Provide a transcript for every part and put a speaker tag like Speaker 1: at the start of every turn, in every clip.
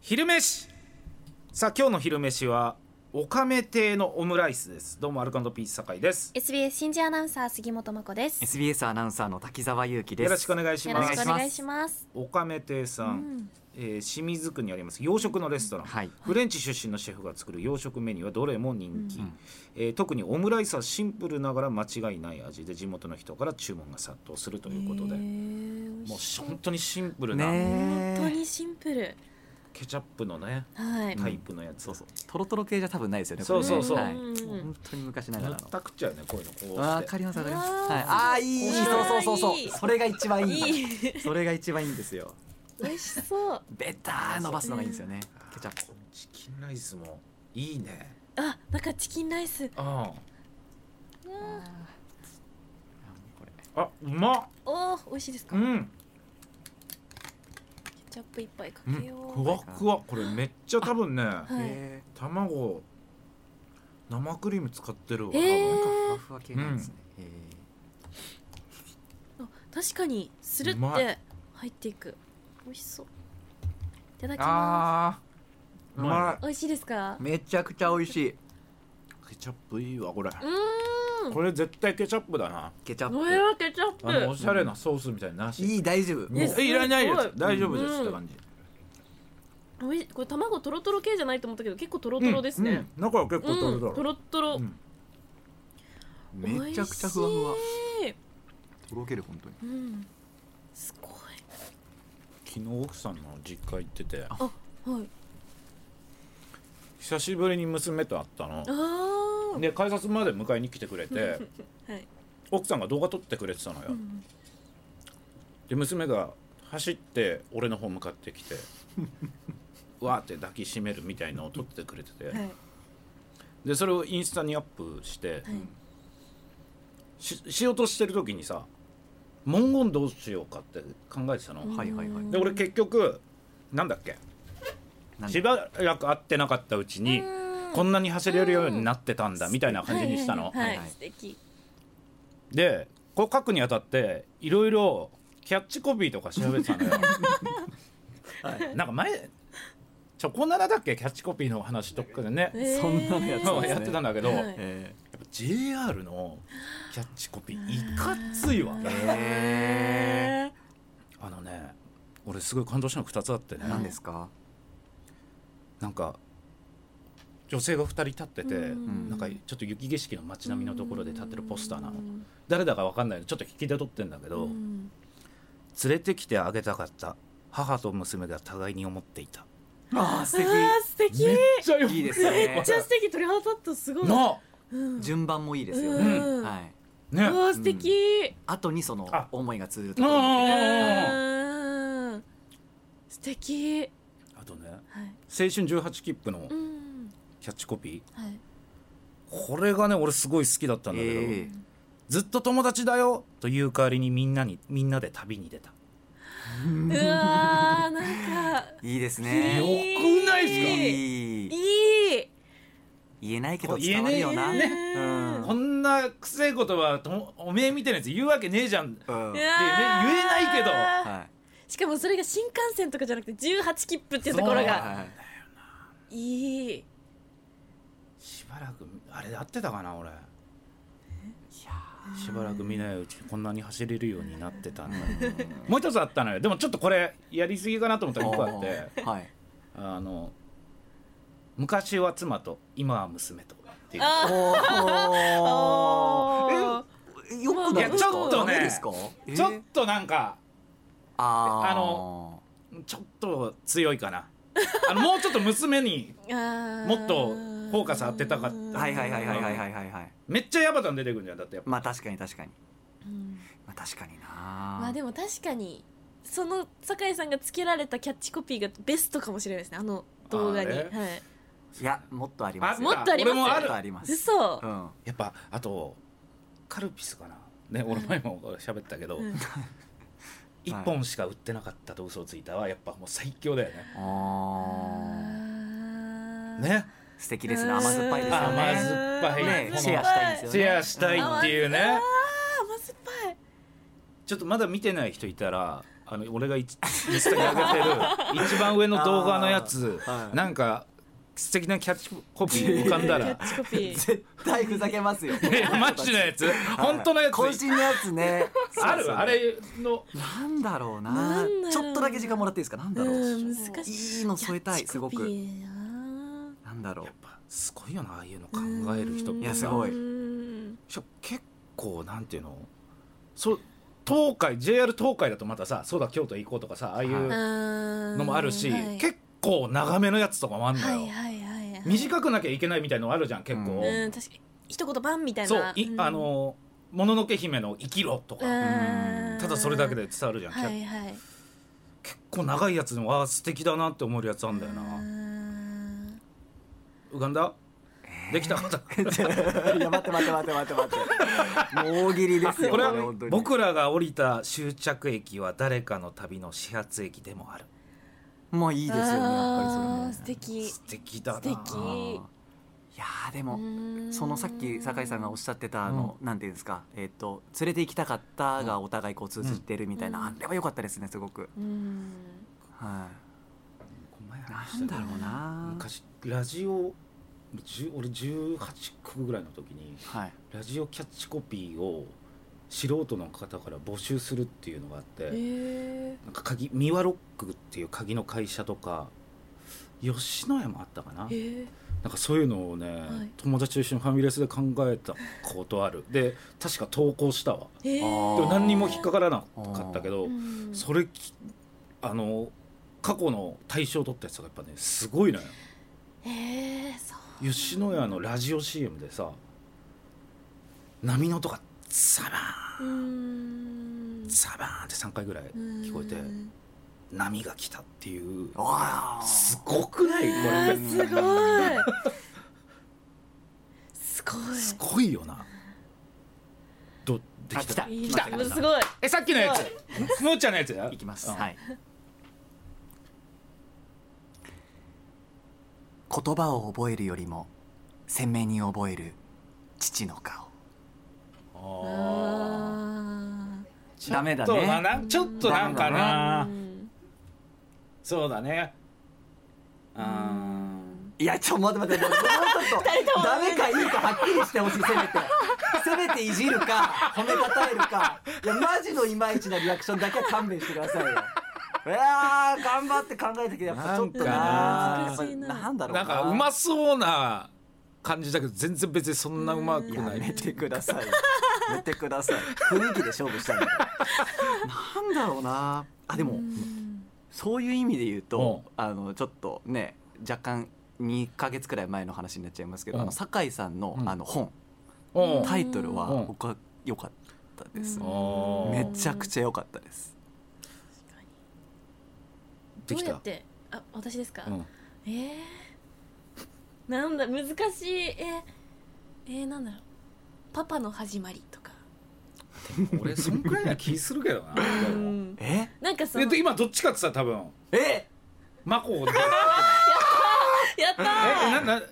Speaker 1: 昼飯さあ今日の昼飯はおかめ亭のオムライスですどうもアルカンドピース酒井です
Speaker 2: SBS 新人アナウンサー杉本真子です
Speaker 3: SBS アナウンサーの滝沢裕樹です
Speaker 1: よろしくお願いし
Speaker 2: よろ
Speaker 1: ま
Speaker 2: し
Speaker 1: す
Speaker 2: くお願いします
Speaker 1: おかめ亭さん、
Speaker 2: うん
Speaker 1: えー清水区にあります洋食のレストラン、
Speaker 3: はい
Speaker 1: フレンチ出身のシェフが作る洋食メニューはどれも人気、
Speaker 3: うん
Speaker 1: えー特にオムライスはシンプルながら間違いない味で地元の人から注文が殺到するということで、
Speaker 2: へー美
Speaker 1: も
Speaker 2: 味
Speaker 1: う
Speaker 2: しそう
Speaker 1: 本当にシンプルな、
Speaker 3: ね
Speaker 2: 本当
Speaker 3: え
Speaker 2: にシンプル
Speaker 1: ケチャップのね
Speaker 2: はい
Speaker 1: タイプのやつ、
Speaker 3: そうそうトロトロ系じゃ多分ないですよねこれね
Speaker 1: そうそうそう
Speaker 3: はい、
Speaker 2: んうんうん
Speaker 3: 本当に昔な
Speaker 1: 塗
Speaker 3: がら
Speaker 1: っ
Speaker 3: の
Speaker 1: たくっちゃうよねこういうのこうして
Speaker 3: わかりますわかります
Speaker 2: あー
Speaker 3: はい、あーい
Speaker 1: こ
Speaker 3: い
Speaker 1: うして
Speaker 3: そうそうそうそう
Speaker 2: いい
Speaker 3: それが一番いい
Speaker 2: いい
Speaker 3: それが一番いいんですよ
Speaker 2: 美味しそう
Speaker 3: ベター伸ばすのがいいんですよねケチャップ
Speaker 1: チキンライスもいいね
Speaker 2: あなんかチキンライス
Speaker 1: あ
Speaker 3: これ
Speaker 1: ああうまっ
Speaker 2: おお美味しいですか
Speaker 1: う
Speaker 2: ケ
Speaker 1: ん
Speaker 2: チャップ一杯か
Speaker 1: うん
Speaker 2: けよう
Speaker 1: ふわふわこれめっちゃ多分ね
Speaker 2: はい
Speaker 3: へ
Speaker 1: 卵生クリーム使ってるわ、
Speaker 2: え
Speaker 3: ーなんかふわ
Speaker 2: ー
Speaker 3: ふわ系なんですね、へ
Speaker 2: あ確かにスルっ
Speaker 1: うま
Speaker 2: て
Speaker 1: い
Speaker 2: 入っていく美味しそういただ
Speaker 3: ー
Speaker 2: きま
Speaker 3: あ
Speaker 1: うま
Speaker 2: す美味しいですか
Speaker 3: ーめちゃくちゃ美味しい
Speaker 1: いケチャップいいわこれ
Speaker 2: うーん
Speaker 1: これ絶対ケチャップだな
Speaker 3: ケチャ
Speaker 2: これ
Speaker 3: ッ
Speaker 2: はケチャ
Speaker 1: あの
Speaker 2: ッ
Speaker 1: お
Speaker 2: プ
Speaker 1: しゃれなソースみたいなな
Speaker 3: プ
Speaker 1: し
Speaker 3: いい大丈夫
Speaker 1: もう
Speaker 2: えすご
Speaker 1: え
Speaker 2: い
Speaker 1: いらないです大丈夫で
Speaker 2: う
Speaker 1: す
Speaker 2: ん
Speaker 1: って感じ
Speaker 2: おいこれ卵トロトロ系じゃないと思ったけど結構トロトロですね、
Speaker 1: うん中は結構
Speaker 2: うん
Speaker 1: トロトロ
Speaker 2: トロットロ、
Speaker 1: うん
Speaker 3: めちゃくちゃふわふわ
Speaker 2: 美味しい
Speaker 3: とろける本当に
Speaker 2: うん、すご
Speaker 1: 昨日奥さんの実家行ってて
Speaker 2: いはい
Speaker 1: 久しぶりに娘と会ったの
Speaker 2: あー、
Speaker 1: で改札まで迎えに来てくれて
Speaker 2: はい、
Speaker 1: 奥さんが動画撮ってくれてたのよ、
Speaker 2: うん、
Speaker 1: で娘が走って俺の方向かってきて わーって抱きしめるみたいのを撮ってくれてて、
Speaker 2: はいはい
Speaker 1: でそれをインスタにアップして、ししようとしてる時にさ文言どうしようかって考えてたの、
Speaker 3: はいはいはい
Speaker 1: で俺結局なんだっけ
Speaker 3: なん
Speaker 1: し
Speaker 3: で
Speaker 1: ばらく会ってなかったうちにこんなに走れるようになってたんだみたいな感じにしたの、
Speaker 2: はいはいはい
Speaker 3: はいはい
Speaker 2: 素敵
Speaker 1: でこう書くにあたっていろいろキャッチコピーとか調べてたのよ
Speaker 3: はい
Speaker 1: なんか前チョコナラだっけキャッチコピーの話とかでね、
Speaker 3: そんなのやつ
Speaker 1: まあ
Speaker 3: ですね
Speaker 1: やってたんだけど、
Speaker 2: はい
Speaker 1: やっぱ
Speaker 3: え
Speaker 1: JR のキャッチコピーいかついわ
Speaker 2: うん
Speaker 3: ーえ
Speaker 1: あのね俺すごい感動したの2つあってね
Speaker 3: ー、何ですか
Speaker 1: なんか女性が2人立ってて、
Speaker 2: うん
Speaker 1: なんかちょっと雪景色の街並みのところで立ってるポスターなの、
Speaker 2: うん
Speaker 1: 誰だか分かんないのちょっと引きで撮ってんだけど、
Speaker 2: うん
Speaker 1: 連れてきてあげたかった母と娘が互いに思っていた
Speaker 3: ああ素
Speaker 2: あー素敵
Speaker 1: めっちゃよ
Speaker 3: いいですね
Speaker 2: めっちゃ素敵鳥肌立ったすごい
Speaker 1: なあ
Speaker 2: うん
Speaker 3: 順番もいいですよ
Speaker 2: う
Speaker 3: ね、
Speaker 2: ん
Speaker 3: はい
Speaker 1: ね
Speaker 2: うわ素敵
Speaker 3: 後にその
Speaker 1: あ
Speaker 3: 思いが通ずると
Speaker 1: う
Speaker 3: こ
Speaker 1: ん
Speaker 3: ろ
Speaker 1: うんう
Speaker 3: も
Speaker 1: んうん
Speaker 2: うん素敵はい
Speaker 1: あとね青春18切符の
Speaker 2: うん
Speaker 1: キャッチコピ
Speaker 2: はい
Speaker 1: ーこれがね俺すごい好きだったんだけど、
Speaker 3: ええ
Speaker 1: ずっと友達だよという代わりにみんなにみんなで旅に出た
Speaker 2: うわーなんか
Speaker 3: いいです
Speaker 2: い
Speaker 3: ね
Speaker 2: い
Speaker 1: よくないっすか
Speaker 3: いい
Speaker 2: いい
Speaker 3: 言えないけど伝わるよな
Speaker 2: 言えねえ
Speaker 3: うん
Speaker 1: こんなくせえことはともおめえみたいなやつ言うわけねえじゃん
Speaker 3: うん
Speaker 2: うわー
Speaker 1: 言えないけど
Speaker 3: は
Speaker 2: しかもそれが新幹線とかじゃなくて18切符っていうとこ
Speaker 1: そ
Speaker 2: ろ
Speaker 1: う
Speaker 3: い
Speaker 1: だ
Speaker 2: が
Speaker 3: はい
Speaker 2: いい
Speaker 1: しばらくあれ合ってたかな俺しばらく見ないうちにこんなに走れるようになってたんだもう一つあったのよでもちょっとこれやりすぎかなと思ったら一個あって
Speaker 3: はい
Speaker 1: あの昔は妻と今は娘とっていう
Speaker 2: あ
Speaker 3: お
Speaker 2: あ
Speaker 3: ーえよくないですか
Speaker 1: いやちょっとね
Speaker 3: ダメですかえ
Speaker 1: ちょっとなんか
Speaker 3: あー
Speaker 1: あのちょっと強いかなあのもうちょっと娘に
Speaker 2: ー
Speaker 1: もっとフォーカス当てたかった
Speaker 3: はいはいはいはいはいはいはいはい
Speaker 1: めっちゃヤバタン出てくるんじゃんだってやっぱ
Speaker 3: まあ確かに確かに
Speaker 2: うん
Speaker 3: まあ確かにな
Speaker 2: まあで
Speaker 3: も
Speaker 2: も確かにその酒井さんがつけられたキャッチコピーがベストかもしれないですねあの動画に
Speaker 1: あれ
Speaker 2: はい
Speaker 3: いやもっとあります
Speaker 2: もっとあります
Speaker 1: 俺もあ
Speaker 3: もっ
Speaker 1: る
Speaker 3: とあります
Speaker 2: 嘘
Speaker 3: う、ん
Speaker 1: やっぱあとカルピスかなね俺前も喋ったけど
Speaker 2: うん
Speaker 1: 一本しか売ってなかったと嘘をついたはやっぱもう最強だよね
Speaker 3: あー
Speaker 2: あー
Speaker 1: ね
Speaker 3: 素敵ですね甘酸っぱいですよね
Speaker 1: 甘酸っぱい
Speaker 3: ね
Speaker 1: この
Speaker 3: シェアしたいんですよ
Speaker 1: シ
Speaker 3: ね
Speaker 1: ェアしたいっていうね
Speaker 2: あー甘酸っぱい
Speaker 1: ちょっとまだ見てない人いたら あの俺が一インスタに上げてる一番上の動画のやつ、
Speaker 3: あーはい
Speaker 1: なんか素敵なキャッチコピー浮かんだ
Speaker 2: キ ャ
Speaker 1: ら
Speaker 2: ッチコピー
Speaker 3: 絶対ふざけますよ
Speaker 1: えマジのやつ本当のやつ
Speaker 3: 渾身のやつね
Speaker 1: あ
Speaker 3: そうそう
Speaker 1: るあれの
Speaker 3: なんだろうな
Speaker 2: なんだろう
Speaker 3: ちょっとだけ時間もらっていいですかなんだろう、
Speaker 2: うん難しい
Speaker 3: いいの添えたいすご
Speaker 2: キャッチコ
Speaker 3: く
Speaker 2: ピーな
Speaker 3: なんだろう
Speaker 1: やっぱすごいよなああいうの考える人って
Speaker 2: うん
Speaker 3: いやすごい
Speaker 2: うん
Speaker 1: しかも結構なんていうのそう東海 JR 東海だとまたさそうだ京都行こうとかさああいう
Speaker 2: の
Speaker 1: のもあるし、
Speaker 2: はい、
Speaker 1: 結構長めのやつとかもあんのよ、
Speaker 2: はいはいはいはい
Speaker 1: 短くなきゃいけないみたいのあるじゃん結構、
Speaker 3: うん
Speaker 2: うん確かに一言バンみたいな
Speaker 1: そうい、
Speaker 2: ん
Speaker 1: あのもののけ姫の生きろと
Speaker 2: う
Speaker 1: か、
Speaker 2: ん
Speaker 1: ただそれだけで伝わるじゃん、
Speaker 2: はいはい
Speaker 1: 結構長いやつでもあー素敵だなって思えるやつあんだよな、
Speaker 2: うん
Speaker 1: 浮かんだできたこと
Speaker 3: いや待って待って待って待っ て待ってもう大喜利 ですよ
Speaker 1: これは
Speaker 3: 本当に
Speaker 1: 僕らが降りた終着駅は誰かの旅の始発駅でもある
Speaker 3: もういいですよねやっぱりそれ
Speaker 2: あ
Speaker 3: ね
Speaker 2: ー素敵
Speaker 1: 素敵だな
Speaker 2: 素敵
Speaker 3: いやーでも
Speaker 2: うん
Speaker 3: そのさっき酒井さんがおっしゃってたあの、なんていうんですかえっ、と連れて行きたかったがお互いこう通じてるみたいな、
Speaker 2: うん
Speaker 3: あれは良かったですねすごく、
Speaker 2: うん
Speaker 3: は
Speaker 1: この前
Speaker 3: い、
Speaker 1: 話
Speaker 3: な
Speaker 1: した
Speaker 3: ん
Speaker 1: ね
Speaker 3: だろうな
Speaker 1: 昔ラジオ10俺18区ぐらいの時に
Speaker 3: はい
Speaker 1: ラジオキャッチコピーを素人の方から募集するっていうのがあって、
Speaker 2: え
Speaker 1: なんか鍵ミワロックっていう鍵の会社とか吉野家もあったかな、
Speaker 2: ーえ
Speaker 1: なんかそういうのをね、
Speaker 2: い
Speaker 1: 友達と一緒にファミレスで考えたことあるで確か投稿したわ
Speaker 2: ーえ
Speaker 3: あ
Speaker 1: でも
Speaker 3: ー
Speaker 1: 何にも引っかからなかったけど、
Speaker 2: うん
Speaker 1: それきあの過去の大賞取ったやつがやっぱねすごいのよ
Speaker 2: えーそう
Speaker 1: 吉野家のラジオ CM でさ波の音がサバーン
Speaker 2: うん
Speaker 1: サバーンって3回ぐらい聞こえて
Speaker 2: うん
Speaker 1: 波が来たっていう
Speaker 3: わあ
Speaker 1: すごくないこ
Speaker 2: あ
Speaker 1: れ
Speaker 2: ーすごいすごい
Speaker 1: すごいよなどできた
Speaker 3: あ
Speaker 2: いい
Speaker 3: 来た
Speaker 2: もうすごい
Speaker 1: えさっきのやつむーちゃんのやつ
Speaker 3: いきます、
Speaker 1: うん
Speaker 3: はい言葉を覚えるよりも鮮明に覚える父の顔
Speaker 1: あーちょっと
Speaker 3: ダメだね
Speaker 1: まあなちょっとなんか
Speaker 2: あ
Speaker 1: な
Speaker 2: ーうん
Speaker 1: そうだねあ
Speaker 3: いやちょ待って待ってもうちょっとダメかいいかはっきりしてほしいせめてせめていじるか褒めたたえるかいやマジのいまいちなリアクションだけは勘弁してくださいよいやー頑張って考えたけどやっぱちょっとな
Speaker 1: なん
Speaker 2: かな難しいな
Speaker 3: やっぱなんだ
Speaker 1: ー
Speaker 3: ろう
Speaker 1: なんかうまそうな感じだけど全然別にそんなうまく
Speaker 3: や
Speaker 1: ない
Speaker 3: めてください。やめてください。雰囲気で勝負したいんだから。なんだろうな。あで
Speaker 2: う
Speaker 3: も、
Speaker 2: ん
Speaker 3: そういう意味で言うと、あのちょっとね若干2ヶ月くらい前の話になっちゃいますけど、
Speaker 1: うん
Speaker 3: あの酒井さんの、
Speaker 1: うん
Speaker 3: あの本
Speaker 1: うん
Speaker 3: タイトルは
Speaker 1: うん
Speaker 3: 僕は良かったです。
Speaker 2: うん
Speaker 1: おー
Speaker 3: めちゃくちゃ良かったです。
Speaker 1: で
Speaker 2: ど
Speaker 1: き
Speaker 2: うやったてあ私ですか、
Speaker 1: うん
Speaker 2: えー、なんだ難しいえー、えー、なんだろうパパの始まりとか、
Speaker 1: 俺そんくらいな気するけどな
Speaker 2: うん
Speaker 3: え
Speaker 2: なんかそ
Speaker 1: え
Speaker 2: の
Speaker 1: っと今どっちかってさ多分
Speaker 3: え
Speaker 1: マ コで
Speaker 2: やった
Speaker 1: え
Speaker 2: ー
Speaker 1: なな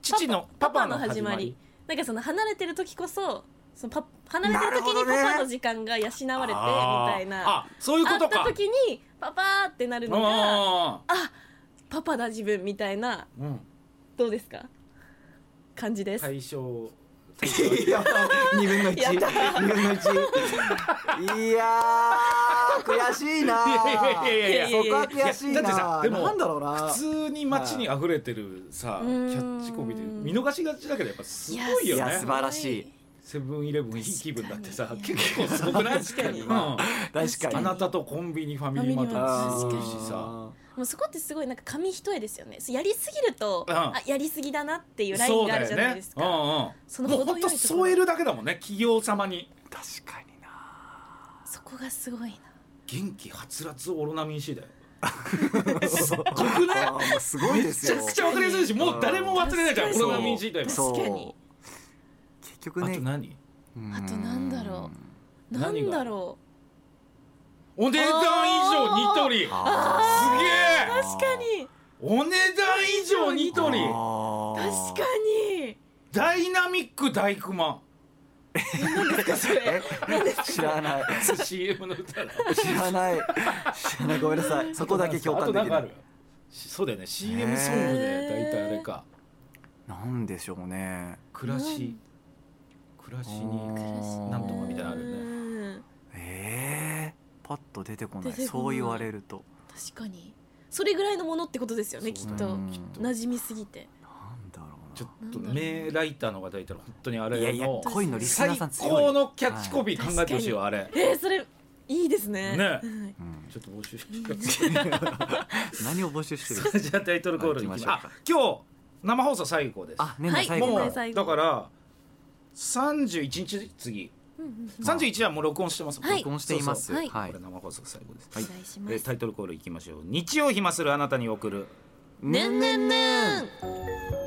Speaker 1: 父のパパの始まり
Speaker 2: なんかその離れてる時こそそのパ離れてる時に
Speaker 3: なるほどね
Speaker 2: パパの時間が養われてみたいな、
Speaker 1: あーあそういうこ
Speaker 2: 会っ
Speaker 1: と
Speaker 2: た
Speaker 1: か
Speaker 2: 時にパパーってなるのが
Speaker 1: あ
Speaker 2: パパだ自分みたいな
Speaker 1: ーうん
Speaker 2: どうですか感じです、
Speaker 1: 対象
Speaker 3: ー、やった二分の一。
Speaker 2: や
Speaker 3: 二
Speaker 2: った
Speaker 3: 分の一。いやー悔しいな。
Speaker 1: いやいやいや
Speaker 2: い
Speaker 3: そ
Speaker 2: や
Speaker 3: こは悔しい
Speaker 1: いやだってさ
Speaker 3: な。
Speaker 1: でも
Speaker 3: なんだろうな。
Speaker 1: 普通に街に溢れてるさ
Speaker 2: う
Speaker 1: キ
Speaker 2: ん
Speaker 1: ャッチコピーで見逃しがちだけどやっぱすごい
Speaker 3: い
Speaker 1: よ
Speaker 3: や
Speaker 1: ね
Speaker 3: 素晴らしい
Speaker 1: セブンイレブンいい気分だってさ
Speaker 2: 確かに
Speaker 1: 結構すごくない
Speaker 2: 確かに
Speaker 1: うんあ
Speaker 3: 確かに。
Speaker 1: なたとコンビニファミリーマート
Speaker 2: あ
Speaker 1: も
Speaker 2: ー
Speaker 1: すごいしさ
Speaker 2: もうそこってすごいなんか紙一重ですよねそうやりすぎると、
Speaker 1: うん
Speaker 2: あやりすぎだなっていうライ
Speaker 1: そ
Speaker 2: ン
Speaker 1: う
Speaker 2: があ
Speaker 1: だ
Speaker 2: るじゃ
Speaker 1: よ
Speaker 2: ない
Speaker 1: ね
Speaker 2: です
Speaker 1: うん
Speaker 2: か
Speaker 1: う
Speaker 2: そ
Speaker 1: ん
Speaker 2: の
Speaker 1: もうほ
Speaker 2: 程
Speaker 1: ん
Speaker 2: よ
Speaker 1: と
Speaker 2: いところ
Speaker 1: 添えるだけだもんね企業様に
Speaker 3: 確かにな。
Speaker 2: そこがすごいな
Speaker 1: 元気はつらつオロナミン C だよ
Speaker 3: す
Speaker 1: 僕ね
Speaker 3: すごいです
Speaker 1: めち
Speaker 3: よ
Speaker 1: ゃ。くちゃ分かりやすいしもう誰も忘れないじゃんオ
Speaker 2: そう
Speaker 1: ロナミン C だよ
Speaker 2: そう確かに
Speaker 3: 結局
Speaker 1: あ
Speaker 3: ね
Speaker 1: と。何
Speaker 3: うん
Speaker 2: あとなんだろな
Speaker 1: 何
Speaker 2: ん
Speaker 1: が
Speaker 2: だろ
Speaker 1: お値段以上ニトリすげえ
Speaker 3: あ
Speaker 2: う確かに
Speaker 1: お値段以上ニトリ
Speaker 3: ーあー
Speaker 2: 確かに
Speaker 1: ダイナミック大熊
Speaker 2: 何ですかそれ何ですか
Speaker 3: 知らない
Speaker 1: CM の歌だ
Speaker 3: 知らない知らないごめん なさい そこだけ共感で
Speaker 1: あと
Speaker 3: き
Speaker 1: んかあ
Speaker 3: な
Speaker 1: る
Speaker 3: い
Speaker 1: しそうだよね CM ソングで大体あれか
Speaker 3: なんでしょうね
Speaker 1: 暮らし暮らし
Speaker 3: う
Speaker 1: に
Speaker 3: ん
Speaker 1: なんとかみたいなのあるよね
Speaker 2: ね
Speaker 3: ええパッと出てこな
Speaker 2: 出
Speaker 3: い
Speaker 2: てこない
Speaker 3: そう言われると
Speaker 2: 確かにそれぐらいのものってことですよねき
Speaker 1: そ
Speaker 2: っ
Speaker 1: うだ
Speaker 2: と
Speaker 3: うん
Speaker 1: きっと
Speaker 2: 馴染みすぎて
Speaker 3: なんだろうな
Speaker 1: ちょっと名ライターの方いたら本当にあれの
Speaker 3: いやいや恋のリス
Speaker 1: 最
Speaker 3: ナーさん強い
Speaker 1: 高のキャッチコピー考えてほしいわあれ
Speaker 2: えー、それいいですね
Speaker 1: ね
Speaker 2: うん
Speaker 3: うん
Speaker 1: ちょっと募集しよ
Speaker 3: 何を募集してる
Speaker 1: うじゃあタイトルコールいきましょう
Speaker 3: はい行き
Speaker 1: あ今日生放送最後です
Speaker 3: あ年
Speaker 2: は
Speaker 3: 内
Speaker 2: い
Speaker 3: 最後
Speaker 1: も
Speaker 3: だ
Speaker 2: 年
Speaker 1: う
Speaker 2: 内最後
Speaker 1: だから31日次
Speaker 2: うんうん
Speaker 1: 31はもう録音してますもん
Speaker 2: はい
Speaker 3: 録音しています
Speaker 2: そう
Speaker 3: は
Speaker 2: そう
Speaker 3: い
Speaker 1: これ生放送最後です、
Speaker 2: お願いしま
Speaker 1: え
Speaker 2: す
Speaker 1: タイトルコールいきましょう日曜暇するあなたに送る
Speaker 2: ねんねんねん